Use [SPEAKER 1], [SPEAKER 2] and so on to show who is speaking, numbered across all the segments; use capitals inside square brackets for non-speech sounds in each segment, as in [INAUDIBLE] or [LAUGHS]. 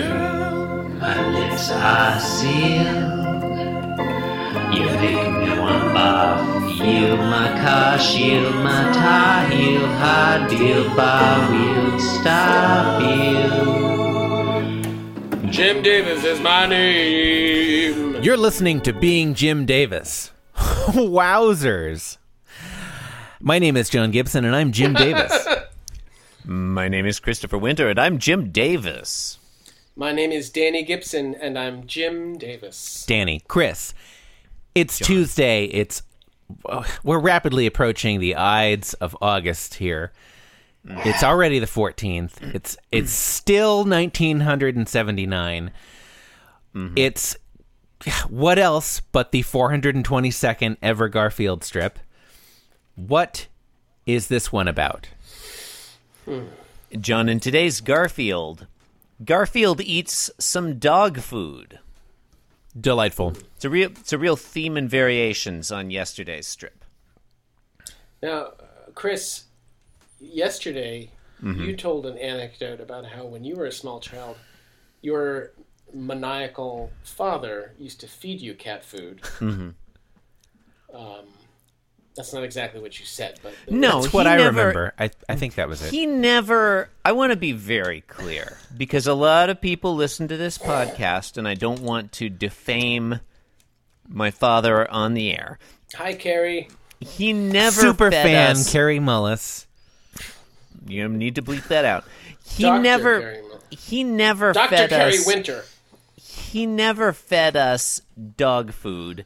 [SPEAKER 1] Girl, my lips are sealed. You make me want to barf. Yield my car, shield my tie, heel, hard deal, bar wheel, stop you.
[SPEAKER 2] Jim Davis is my name.
[SPEAKER 3] You're listening to Being Jim Davis. [LAUGHS] Wowzers. My name is John Gibson and I'm Jim Davis.
[SPEAKER 4] My name is Christopher Winter, and I'm Jim Davis.
[SPEAKER 2] My name is Danny Gibson, and I'm Jim Davis.
[SPEAKER 3] Danny, Chris. It's Tuesday. It's we're rapidly approaching the Ides of August here. It's already the 14th. It's it's still 1979. It's what else but the 422nd ever Garfield strip? What is this one about?
[SPEAKER 4] John, in today's Garfield, Garfield eats some dog food.
[SPEAKER 3] Delightful.
[SPEAKER 4] It's a real, it's a real theme and variations on yesterday's strip.
[SPEAKER 2] Now, uh, Chris, yesterday
[SPEAKER 4] Mm-hmm.
[SPEAKER 2] you told an anecdote about how when you were a small child, your maniacal father used to feed you cat food. Um,
[SPEAKER 4] Mm-hmm.
[SPEAKER 2] that's not exactly what you said, but
[SPEAKER 4] No,
[SPEAKER 3] That's what
[SPEAKER 4] he
[SPEAKER 3] I
[SPEAKER 4] never-
[SPEAKER 3] remember. I, I think that was it.
[SPEAKER 4] He never. I want to be very clear because a lot of people listen to this podcast, and I don't want to defame my father on the air.
[SPEAKER 2] hi, Carrie.
[SPEAKER 4] He never
[SPEAKER 3] Super
[SPEAKER 4] fed
[SPEAKER 3] fan
[SPEAKER 4] us-
[SPEAKER 3] Carrie Mullis.
[SPEAKER 4] You need to bleep that out. He
[SPEAKER 2] Dr.
[SPEAKER 4] never.
[SPEAKER 2] Carrie Mullis.
[SPEAKER 4] He never
[SPEAKER 2] Dr.
[SPEAKER 4] fed
[SPEAKER 2] Carrie
[SPEAKER 4] us.
[SPEAKER 2] Winter.
[SPEAKER 4] he never fed us dog food.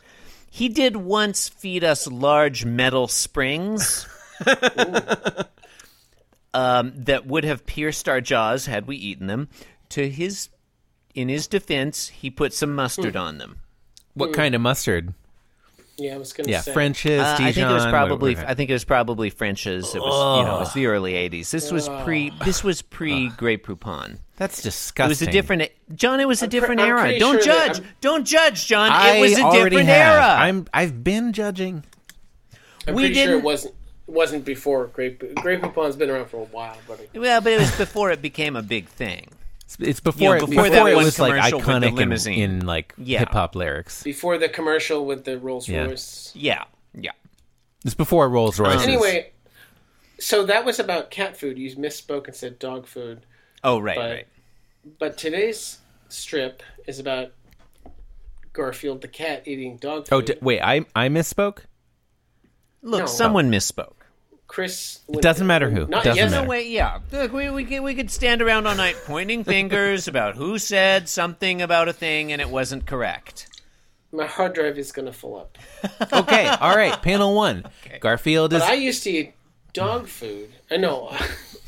[SPEAKER 4] He did once feed us large metal [LAUGHS] springs um, that would have pierced our jaws had we eaten them. To his, in his defense, he put some mustard on them.
[SPEAKER 3] What kind of mustard?
[SPEAKER 2] Yeah, I was going to
[SPEAKER 3] Yeah,
[SPEAKER 2] say.
[SPEAKER 3] French's,
[SPEAKER 4] Uh,
[SPEAKER 3] Dijon.
[SPEAKER 4] I think it was
[SPEAKER 3] what-
[SPEAKER 4] probably
[SPEAKER 3] what-
[SPEAKER 4] I think it was probably French's. It was you know it was the early '80s. This was pre this was pre Grey Poupon.
[SPEAKER 3] That's
[SPEAKER 4] It
[SPEAKER 3] disgusting.
[SPEAKER 4] was a different John. It was a
[SPEAKER 2] pre-
[SPEAKER 4] different
[SPEAKER 2] I'm
[SPEAKER 4] era.
[SPEAKER 2] pretty
[SPEAKER 4] Don't
[SPEAKER 2] sure that
[SPEAKER 4] judge.
[SPEAKER 2] I'm-
[SPEAKER 4] Don't judge, John.
[SPEAKER 3] I
[SPEAKER 4] it was a
[SPEAKER 3] already
[SPEAKER 4] different
[SPEAKER 3] have.
[SPEAKER 4] era.
[SPEAKER 3] I'm I've been judging.
[SPEAKER 2] I'm
[SPEAKER 4] we
[SPEAKER 2] pretty sure
[SPEAKER 4] didn't-
[SPEAKER 2] it wasn't wasn't before grape grape coupon's been around for a while, buddy.
[SPEAKER 4] Well, but it was before it became a big thing.
[SPEAKER 3] It's, it's before
[SPEAKER 4] know,
[SPEAKER 3] before,
[SPEAKER 4] before that
[SPEAKER 3] it
[SPEAKER 4] one
[SPEAKER 3] was like
[SPEAKER 4] commercial with the
[SPEAKER 3] iconic in,
[SPEAKER 4] limousine.
[SPEAKER 3] in, like
[SPEAKER 4] Yeah.
[SPEAKER 3] hip hop lyrics.
[SPEAKER 2] Before the commercial with the Rolls
[SPEAKER 3] Yeah.
[SPEAKER 2] Royce.
[SPEAKER 4] Yeah, yeah.
[SPEAKER 3] It's before Rolls Royces.
[SPEAKER 2] Anyway, so that was about cat food. You misspoke and said dog food.
[SPEAKER 4] Oh, right,
[SPEAKER 2] But-
[SPEAKER 4] right.
[SPEAKER 2] But today's strip is about Garfield the cat eating dog food.
[SPEAKER 3] oh d- wait, I I misspoke.
[SPEAKER 4] Look,
[SPEAKER 2] No.
[SPEAKER 4] someone misspoke.
[SPEAKER 2] Chris.
[SPEAKER 3] Doesn't matter who.
[SPEAKER 2] Not
[SPEAKER 3] Doesn't
[SPEAKER 2] yes-
[SPEAKER 3] matter.
[SPEAKER 4] Wait, yeah. Look, we we could, we could stand around all night pointing fingers about who said something about a thing and it wasn't correct.
[SPEAKER 2] My hard drive is going to fill
[SPEAKER 3] [LAUGHS]
[SPEAKER 2] up.
[SPEAKER 3] Okay, all right. Panel one. Garfield is
[SPEAKER 2] But I used to eat dog food. I know.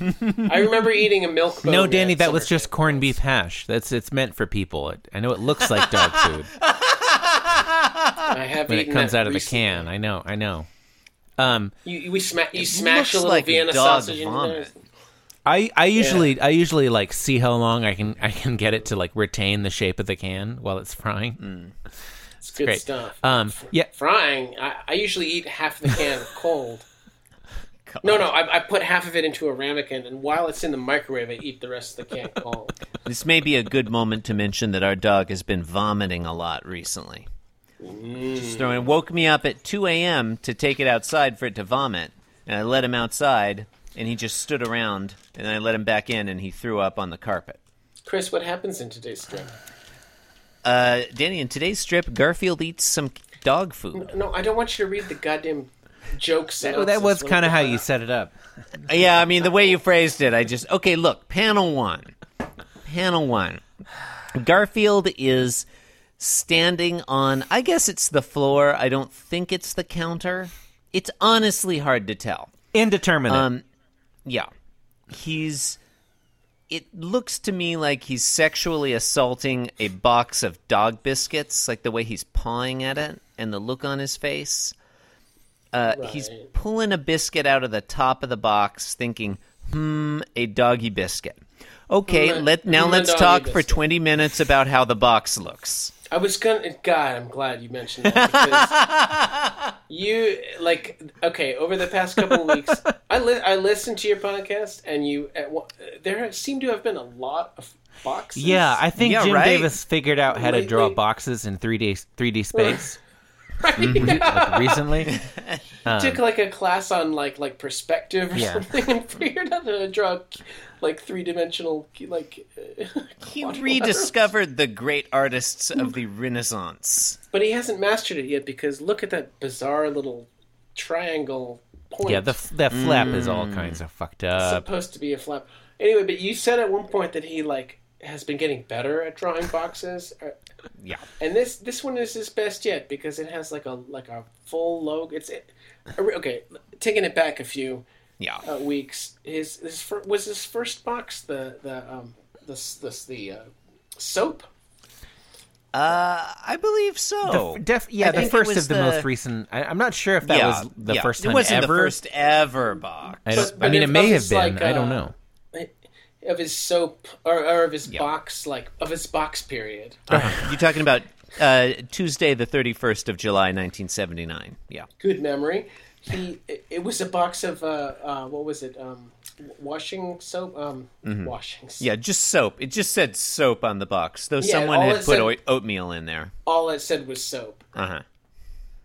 [SPEAKER 2] I
[SPEAKER 3] [LAUGHS]
[SPEAKER 2] remember eating a milk.
[SPEAKER 3] no
[SPEAKER 2] bone
[SPEAKER 3] Danny.
[SPEAKER 2] at
[SPEAKER 3] That was
[SPEAKER 2] summer
[SPEAKER 3] just
[SPEAKER 2] camp.
[SPEAKER 3] corned beef hash. That's it's meant for people. It, I know it looks like dog food
[SPEAKER 2] I have
[SPEAKER 3] when it
[SPEAKER 2] eaten
[SPEAKER 3] comes
[SPEAKER 2] that
[SPEAKER 3] out of the
[SPEAKER 2] recently.
[SPEAKER 3] can. I know. I know. Um,
[SPEAKER 2] You, you- we sma- you
[SPEAKER 4] looks
[SPEAKER 2] smash a little
[SPEAKER 4] like
[SPEAKER 2] Vienna
[SPEAKER 4] dog
[SPEAKER 2] sausage
[SPEAKER 4] vomit.
[SPEAKER 2] in there.
[SPEAKER 3] I, I usually I usually like see how long I can I can get it to like retain the shape of the can while it's frying.
[SPEAKER 4] Mm.
[SPEAKER 2] It's good
[SPEAKER 3] Great.
[SPEAKER 2] stuff.
[SPEAKER 3] Um, yeah,
[SPEAKER 2] Frying, I, I usually eat half the
[SPEAKER 3] [LAUGHS]
[SPEAKER 2] can cold. No, no, I, I put half of it into a ramekin, and while it's in the microwave, I eat the rest of the
[SPEAKER 3] [LAUGHS]
[SPEAKER 2] can cold.
[SPEAKER 4] This may be a good moment to mention that our dog has been vomiting a lot recently.
[SPEAKER 2] Mm.
[SPEAKER 4] Just throwing woke me up at 2 a.m. to take it outside for it to vomit, and I let him outside, and he just stood around, and I let him back in, and he threw up on the carpet.
[SPEAKER 2] Chris, what happens in today's strip?
[SPEAKER 4] Uh, Danny, in today's strip, Garfield eats some dog food.
[SPEAKER 2] No, I don't want you to read the goddamn jokes.
[SPEAKER 3] that, that was kind of how you set it up.
[SPEAKER 4] yeah, I mean, the way you phrased it, I just. Okay, look, panel one. Panel one. Garfield is standing on, I guess it's the floor. I don't think it's the counter. It's honestly hard to tell.
[SPEAKER 3] Indeterminate.
[SPEAKER 4] Um, yeah. He's. It looks to me like he's sexually assaulting a box of dog biscuits, like the way he's pawing at it and the look on his face. Uh, He's
[SPEAKER 2] Right.
[SPEAKER 4] pulling a biscuit out of the top of the box, thinking, "Hmm, a doggy biscuit." Okay,
[SPEAKER 2] Mm,
[SPEAKER 4] let now
[SPEAKER 2] mm, a
[SPEAKER 4] let's
[SPEAKER 2] doggy
[SPEAKER 4] talk for
[SPEAKER 2] biscuit.
[SPEAKER 4] twenty minutes about how the box
[SPEAKER 2] [LAUGHS]
[SPEAKER 4] looks.
[SPEAKER 2] I was gonna. God, I'm glad you mentioned that.
[SPEAKER 3] [LAUGHS]
[SPEAKER 2] because you like okay. Over the past couple of weeks, I li- I listened to your podcast, and you at, one- there seem to have been a lot of boxes.
[SPEAKER 3] Yeah, I think
[SPEAKER 4] Yeah,
[SPEAKER 3] Jim
[SPEAKER 4] right?
[SPEAKER 3] Davis figured out how to
[SPEAKER 2] Wait,
[SPEAKER 3] draw
[SPEAKER 2] wait.
[SPEAKER 3] boxes in 3D
[SPEAKER 4] [LAUGHS]
[SPEAKER 3] 3D space
[SPEAKER 2] [LAUGHS] Right?
[SPEAKER 3] like recently.
[SPEAKER 2] took like a class on like like perspective or
[SPEAKER 3] Um, Yeah.
[SPEAKER 2] something and [LAUGHS] figured out how to draw like three dimensional like. [LAUGHS] uh,
[SPEAKER 4] He
[SPEAKER 2] quadrilaterals.
[SPEAKER 4] rediscovered the great artists
[SPEAKER 2] [LAUGHS]
[SPEAKER 4] of the Renaissance.
[SPEAKER 2] but he hasn't mastered it yet because look at that bizarre little triangle point.
[SPEAKER 3] Yeah, the that flap is all
[SPEAKER 4] Mm.
[SPEAKER 3] kinds of fucked up.
[SPEAKER 2] supposed to be a flap. Anyway, but you said at one point that he like has been getting better at drawing boxes. Uh,
[SPEAKER 4] Yeah.
[SPEAKER 2] And this this one is his best yet because it has like a like a full logo. It's it, okay. Taking it back a few
[SPEAKER 4] Yeah.
[SPEAKER 2] uh, weeks, his his fir- was his first box the the um the s- the, s- the uh, soap.
[SPEAKER 4] Uh, I believe so.
[SPEAKER 3] The f- def- yeah,
[SPEAKER 4] oh. I
[SPEAKER 3] the
[SPEAKER 4] think it
[SPEAKER 3] first
[SPEAKER 4] was
[SPEAKER 3] of the, most recent. I, I'm not sure if that
[SPEAKER 4] yeah,
[SPEAKER 3] was the
[SPEAKER 4] yeah.
[SPEAKER 3] first
[SPEAKER 4] It
[SPEAKER 3] time
[SPEAKER 4] wasn't
[SPEAKER 3] ever.
[SPEAKER 4] the first ever box.
[SPEAKER 3] I, don't,
[SPEAKER 2] But- but
[SPEAKER 3] I mean,
[SPEAKER 2] it
[SPEAKER 3] it may have
[SPEAKER 2] was
[SPEAKER 3] been.
[SPEAKER 2] like,
[SPEAKER 3] I don't
[SPEAKER 2] uh,
[SPEAKER 3] know.
[SPEAKER 2] Of his soap or, or of his
[SPEAKER 4] Yeah.
[SPEAKER 2] box, like of his box period.
[SPEAKER 3] Uh-huh.
[SPEAKER 4] [LAUGHS] You're talking about uh, Tuesday, the 31st of July, 1979. Yeah.
[SPEAKER 2] good memory. He it- it was a box of uh, uh what was it um w- washing soap um washing soap.
[SPEAKER 4] Mm-hmm. Yeah, just soap. It just said soap on the box, though
[SPEAKER 2] Yeah,
[SPEAKER 4] someone
[SPEAKER 2] all
[SPEAKER 4] had put
[SPEAKER 2] it said-
[SPEAKER 4] oi- oatmeal in there.
[SPEAKER 2] All it said was soap,
[SPEAKER 4] Uh huh.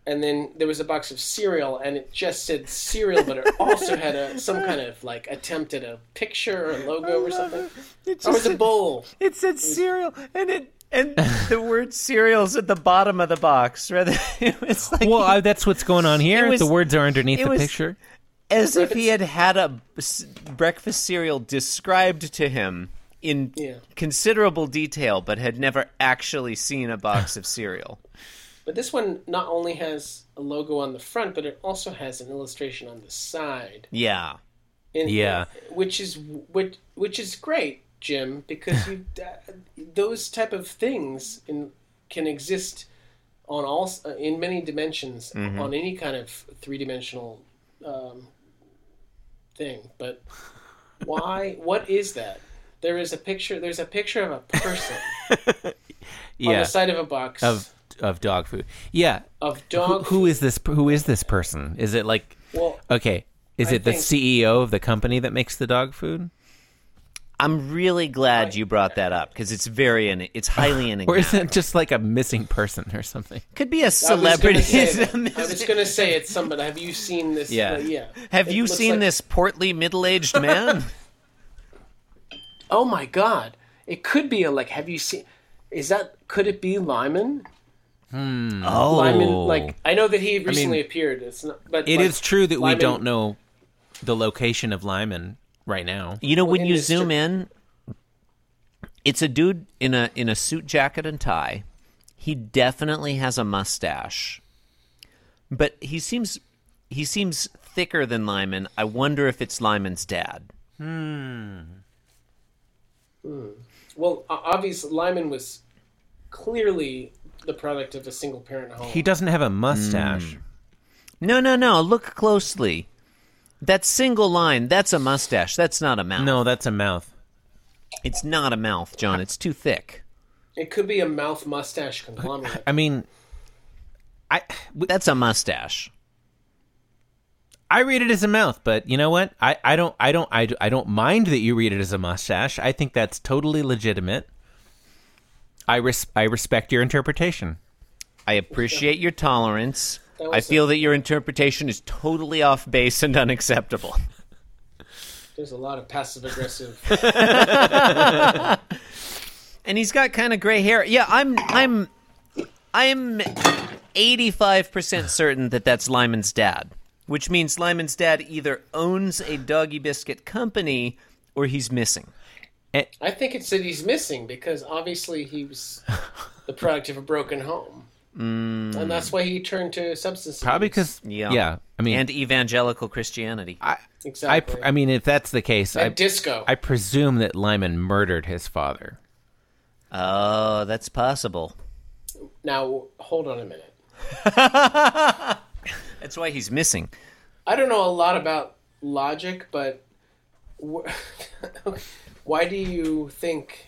[SPEAKER 2] and then there was a box of cereal, and it just said cereal, but it also had a some kind of like attempt at a picture or a logo or something.
[SPEAKER 4] It
[SPEAKER 2] Or it was a bowl.
[SPEAKER 4] It said cereal, and it
[SPEAKER 3] [LAUGHS]
[SPEAKER 4] and the word cereal's at the bottom of the box. Rather, [LAUGHS] it was like
[SPEAKER 3] Well, I, that's what's going [LAUGHS] on here.
[SPEAKER 4] It was-
[SPEAKER 3] the words are underneath
[SPEAKER 4] it
[SPEAKER 3] the
[SPEAKER 4] was-
[SPEAKER 3] picture.
[SPEAKER 4] as if he had had a s- breakfast cereal described to him in
[SPEAKER 2] Yeah.
[SPEAKER 4] considerable detail, but had never actually seen a box of cereal.
[SPEAKER 2] But this one not only has a logo on the front, but it also has an illustration on the side.
[SPEAKER 4] Yeah,
[SPEAKER 2] And-
[SPEAKER 3] Yeah.
[SPEAKER 2] which is which which is great, Jim, because you
[SPEAKER 3] [LAUGHS]
[SPEAKER 2] uh, those type of things in, can exist on all uh, in many dimensions
[SPEAKER 3] Mm-hmm.
[SPEAKER 2] on any kind of three dimensional um, thing. But why?
[SPEAKER 3] [LAUGHS]
[SPEAKER 2] what is that? There is a picture. There's a picture of a person
[SPEAKER 3] [LAUGHS]
[SPEAKER 2] on
[SPEAKER 3] Yeah,
[SPEAKER 2] the side of a box
[SPEAKER 3] of of dog food. Yeah,
[SPEAKER 2] of
[SPEAKER 3] who,
[SPEAKER 2] dog.
[SPEAKER 3] who is this? Who is this person? Is it like
[SPEAKER 2] well,
[SPEAKER 3] okay? Is
[SPEAKER 2] I
[SPEAKER 3] it the
[SPEAKER 2] think-
[SPEAKER 3] CEO of the company that makes the dog food,
[SPEAKER 4] I'm really glad you brought that up because it's very en-
[SPEAKER 2] [SIGHS]
[SPEAKER 4] it's highly enigmatic.
[SPEAKER 3] or is it just like a missing person or something?
[SPEAKER 4] Could be a
[SPEAKER 2] I was gonna
[SPEAKER 4] celebrity.
[SPEAKER 2] say
[SPEAKER 4] [LAUGHS]
[SPEAKER 2] that. I was going to say it's somebody. Have you seen this?
[SPEAKER 4] Yeah.
[SPEAKER 2] Uh, yeah.
[SPEAKER 4] Have
[SPEAKER 2] It
[SPEAKER 4] you
[SPEAKER 2] looks
[SPEAKER 4] seen
[SPEAKER 2] like-
[SPEAKER 4] this portly middle-aged
[SPEAKER 2] [LAUGHS]
[SPEAKER 4] man?
[SPEAKER 2] Oh my god. It could be a like have you seen is that could it be Lyman?
[SPEAKER 4] oh,
[SPEAKER 2] Lyman like I know that he recently appeared. It's not but
[SPEAKER 3] It is
[SPEAKER 2] like,
[SPEAKER 3] true that
[SPEAKER 2] Lyman-
[SPEAKER 3] we don't know the location of Lyman right now.
[SPEAKER 4] you know when
[SPEAKER 2] in
[SPEAKER 4] you
[SPEAKER 2] this
[SPEAKER 4] zoom
[SPEAKER 2] ju-
[SPEAKER 4] in, it's a dude in a in a suit jacket and tie. He definitely has a mustache, but he seems he seems thicker than Lyman. I wonder if it's Lyman's dad.
[SPEAKER 2] Well, o- obviously Lyman was clearly the product of a single parent home.
[SPEAKER 3] He doesn't have a mustache.
[SPEAKER 4] No, no, no. Look closely. That single line, that's a mustache. That's not a mouth.
[SPEAKER 3] No, that's a mouth.
[SPEAKER 4] It's not a mouth, John. It's too thick.
[SPEAKER 2] It could be a mouth mustache conglomerate.
[SPEAKER 3] I mean, I
[SPEAKER 4] That's a mustache.
[SPEAKER 3] I read it as a mouth, but you know what? I, I don't I don't I, I don't mind that you read it as a mustache. I think that's totally legitimate. I res- I respect your interpretation.
[SPEAKER 4] I appreciate your tolerance.
[SPEAKER 2] That
[SPEAKER 4] I
[SPEAKER 2] was
[SPEAKER 4] feel that your interpretation is totally off base and unacceptable.
[SPEAKER 2] There's a lot of passive aggressive
[SPEAKER 4] And he's got kind of gray hair. Yeah, I'm I'm I'm 85% certain that that's Lyman's dad, which means Lyman's dad either owns a doggy biscuit company or he's missing.
[SPEAKER 2] I think it's that he's missing because obviously he
[SPEAKER 3] [LAUGHS]
[SPEAKER 2] was the product of a broken home. And that's why he turned to substance
[SPEAKER 3] Mm. Probably
[SPEAKER 2] abuse.
[SPEAKER 3] because yeah.
[SPEAKER 4] Yeah.
[SPEAKER 3] I mean,
[SPEAKER 4] and evangelical Christianity.
[SPEAKER 3] I
[SPEAKER 2] exactly.
[SPEAKER 3] pr- I mean, if that's the case, I
[SPEAKER 2] And disco.
[SPEAKER 3] I presume that Lyman murdered his father.
[SPEAKER 4] Oh, that's possible.
[SPEAKER 2] Now, hold on a minute.
[SPEAKER 4] That's why he's missing.
[SPEAKER 2] I don't know a lot about logic, but wh- [LAUGHS] why do you think?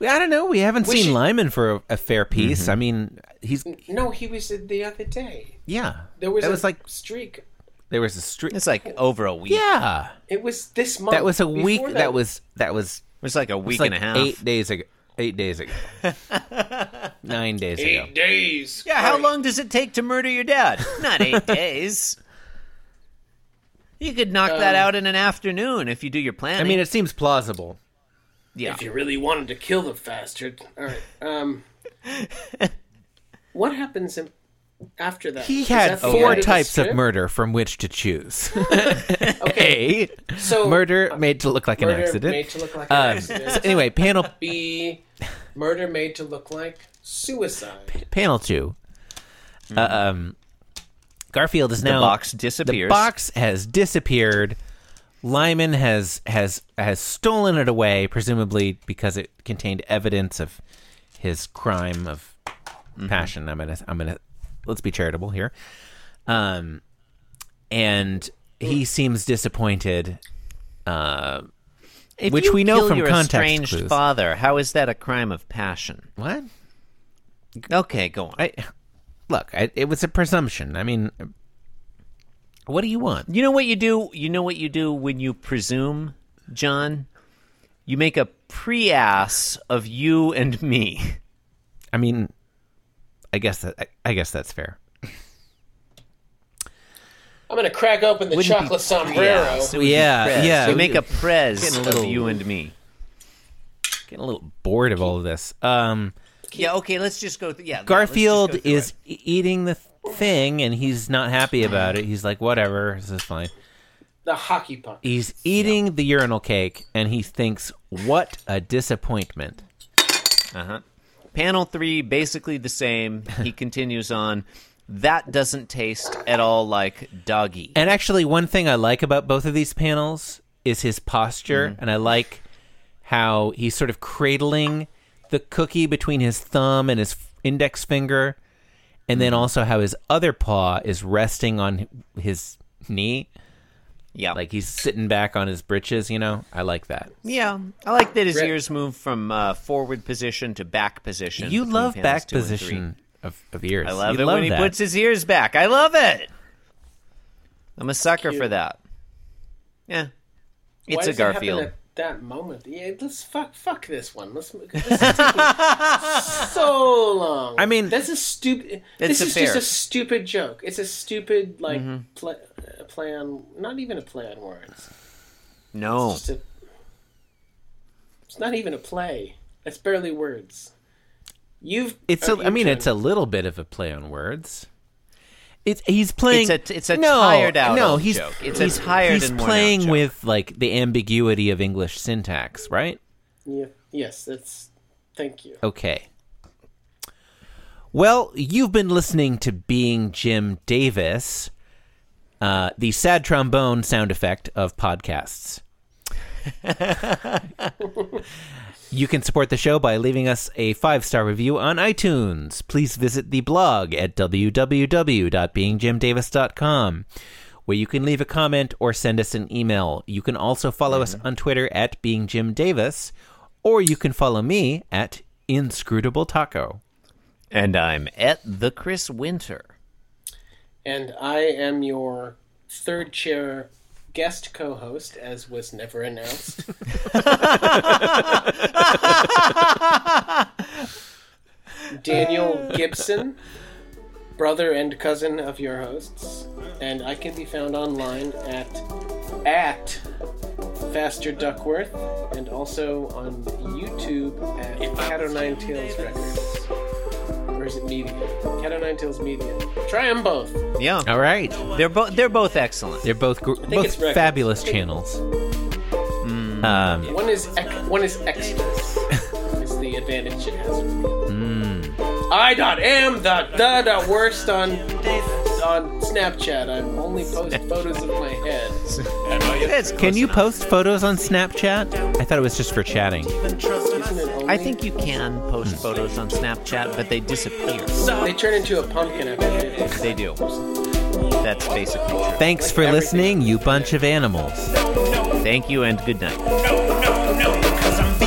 [SPEAKER 3] I don't know. We haven't seen
[SPEAKER 2] should-
[SPEAKER 3] Lyman for a, a fair piece.
[SPEAKER 2] Mm-hmm.
[SPEAKER 3] I mean, he's
[SPEAKER 2] No, he was the other day.
[SPEAKER 3] yeah.
[SPEAKER 2] Mm. There was
[SPEAKER 3] that
[SPEAKER 2] a
[SPEAKER 3] was like
[SPEAKER 2] streak.
[SPEAKER 3] there was a street.
[SPEAKER 4] It's like over a week.
[SPEAKER 3] Yeah,
[SPEAKER 2] It was this month.
[SPEAKER 3] that was a
[SPEAKER 2] Oh, Before
[SPEAKER 3] week. That. was that was
[SPEAKER 4] was like a week
[SPEAKER 3] It's like
[SPEAKER 4] and a half.
[SPEAKER 3] eight days ago. Eight
[SPEAKER 2] [LAUGHS]
[SPEAKER 3] days ago. Nine days ago.
[SPEAKER 2] Eight days.
[SPEAKER 4] Yeah, how long does it take to murder your dad? Not
[SPEAKER 3] [LAUGHS]
[SPEAKER 4] eight days. You could knock that out in an afternoon if you do your
[SPEAKER 3] Um, I
[SPEAKER 4] planning.
[SPEAKER 3] mean, it seems plausible.
[SPEAKER 4] yeah,
[SPEAKER 2] If you really wanted to kill the bastard. All right. Um, what happens in, after that?
[SPEAKER 3] He
[SPEAKER 2] Is
[SPEAKER 3] had
[SPEAKER 2] that the
[SPEAKER 3] four
[SPEAKER 2] end the
[SPEAKER 3] types of
[SPEAKER 2] strip?
[SPEAKER 3] murder from which to choose.
[SPEAKER 2] [LAUGHS]
[SPEAKER 3] [LAUGHS]
[SPEAKER 2] Okay.
[SPEAKER 3] A.
[SPEAKER 2] So
[SPEAKER 3] Murder made to look like an
[SPEAKER 2] murder
[SPEAKER 3] accident.
[SPEAKER 2] made to look like an
[SPEAKER 3] Um, so
[SPEAKER 2] accident.
[SPEAKER 3] anyway,
[SPEAKER 2] [LAUGHS]
[SPEAKER 3] panel
[SPEAKER 2] B. Murder made to look like suicide.
[SPEAKER 3] panel two.
[SPEAKER 2] Mm-hmm.
[SPEAKER 3] Uh, um, Garfield is now
[SPEAKER 4] box disappears.
[SPEAKER 3] The box has disappeared. Lyman has has has stolen it away, presumably because it contained evidence of his crime of passion. I'm gonna I'm gonna let's be charitable here. Um, and he seems disappointed. Uh,
[SPEAKER 4] If
[SPEAKER 3] which
[SPEAKER 4] you
[SPEAKER 3] we know
[SPEAKER 4] kill
[SPEAKER 3] from
[SPEAKER 4] your
[SPEAKER 3] context
[SPEAKER 4] estranged
[SPEAKER 3] clues.
[SPEAKER 4] father. How is that a crime of passion?
[SPEAKER 3] what?
[SPEAKER 4] Okay, go on.
[SPEAKER 3] I look. I, it was a presumption. I mean, what do you want?
[SPEAKER 4] You know what you do? You know what you do when you presume, John? You make a pre-ass of you and me.
[SPEAKER 3] I mean, I guess that I, I guess that's fair.
[SPEAKER 2] I'm gonna crack open the
[SPEAKER 4] Wouldn't be
[SPEAKER 2] chocolate sombrero.
[SPEAKER 4] Yes, it would be
[SPEAKER 3] Yeah,
[SPEAKER 4] prez.
[SPEAKER 3] yeah.
[SPEAKER 4] You make a prez
[SPEAKER 3] Getting a
[SPEAKER 4] of
[SPEAKER 3] little-
[SPEAKER 4] you and me.
[SPEAKER 3] Getting a little bored of all of this. Um,
[SPEAKER 4] Yeah, okay, let's just go through. Yeah,
[SPEAKER 3] Garfield is e- eating the thing and he's not happy about it. He's like, whatever, this is fine.
[SPEAKER 2] The hockey puck.
[SPEAKER 3] He's eating the urinal cake and he thinks, what a disappointment.
[SPEAKER 4] Panel three, basically the same. [LAUGHS] He continues on. That doesn't taste at all like doggy.
[SPEAKER 3] And actually, one thing I like about both of these panels is his posture, and I like how he's sort of cradling the cookie between his thumb and his f- index finger, and then also how his other paw is resting on h- his knee,
[SPEAKER 4] Yeah,
[SPEAKER 3] like he's sitting back on his britches. You know, I like that.
[SPEAKER 4] yeah. I like that his
[SPEAKER 2] Re-
[SPEAKER 4] ears move from uh, forward position to back position.
[SPEAKER 3] You
[SPEAKER 4] between
[SPEAKER 3] love
[SPEAKER 4] panels
[SPEAKER 3] back
[SPEAKER 4] two and three.
[SPEAKER 3] position of, of ears.
[SPEAKER 4] I love
[SPEAKER 3] you
[SPEAKER 4] it
[SPEAKER 3] love
[SPEAKER 4] when
[SPEAKER 3] that.
[SPEAKER 4] he puts his ears back. I love it. I'm a sucker for that. Yeah,
[SPEAKER 2] Why
[SPEAKER 4] it's a
[SPEAKER 2] does it happen
[SPEAKER 4] Garfield.
[SPEAKER 2] At that moment, yeah. Let's fuck fuck this one. Let's. This is
[SPEAKER 3] [LAUGHS]
[SPEAKER 2] taking so long. I
[SPEAKER 3] mean-
[SPEAKER 2] that's a stupid. This
[SPEAKER 4] a
[SPEAKER 2] is
[SPEAKER 4] fair.
[SPEAKER 2] just a stupid joke. It's a stupid like
[SPEAKER 3] Mm-hmm.
[SPEAKER 2] play, uh, play on. Not even a play on words.
[SPEAKER 4] No,
[SPEAKER 2] It's, a, it's not even a play. It's barely words. You've.
[SPEAKER 3] It's a,
[SPEAKER 2] uh,
[SPEAKER 3] I mean,
[SPEAKER 2] you
[SPEAKER 3] it's a little bit of a play on words. It's he's playing.
[SPEAKER 4] It's a- it's a
[SPEAKER 3] no,
[SPEAKER 4] tired out
[SPEAKER 3] No,
[SPEAKER 4] old
[SPEAKER 3] he's
[SPEAKER 4] joke. It's a
[SPEAKER 3] he's,
[SPEAKER 4] tired
[SPEAKER 3] He's
[SPEAKER 4] and worn out
[SPEAKER 3] playing
[SPEAKER 4] joke.
[SPEAKER 3] with like the ambiguity of English syntax, right?
[SPEAKER 2] can- yeah, yes, that's. Thank you.
[SPEAKER 3] Okay. Well, you've been listening to Being Jim Davis, uh, the sad trombone sound effect of podcasts. you can support the show by leaving us a five star review on iTunes. Please visit the blog at www.beingjimdavis.com. Where you can leave a comment or send us an email. You can also follow us on Twitter at Being Jim Davis, or you can follow me at Inscrutable Taco.
[SPEAKER 4] and I'm at the Chris Winter.
[SPEAKER 2] And I am your third chair guest co host, as was never announced. Daniel Gibson, brother and cousin of your hosts. And I can be found online at at Faster Duckworth and also on YouTube at Cat O' Nine Tails Records. Or is it Media? Cat O' Nine Tails Media. Try them both.
[SPEAKER 4] Yeah,
[SPEAKER 3] All right,
[SPEAKER 4] they're both they're both excellent.
[SPEAKER 3] they're both gr- both
[SPEAKER 2] it's records.
[SPEAKER 3] fabulous channels. Um,
[SPEAKER 2] One is ex- one is extras. is the advantage it has. I dot am the the dot worst on on Snapchat. I only post photos of my head.
[SPEAKER 4] That's
[SPEAKER 3] Can
[SPEAKER 4] close
[SPEAKER 3] you
[SPEAKER 4] enough.
[SPEAKER 3] post photos on Snapchat? I thought it was just for chatting.
[SPEAKER 2] Isn't it only-
[SPEAKER 4] I think you can post photos on Snapchat, but they disappear.
[SPEAKER 2] they turn into a pumpkin after fifty.
[SPEAKER 4] They do. That's basically true.
[SPEAKER 3] Thanks for listening, you bunch of animals.
[SPEAKER 4] Thank you and good night.
[SPEAKER 5] no, no, no, cause I'm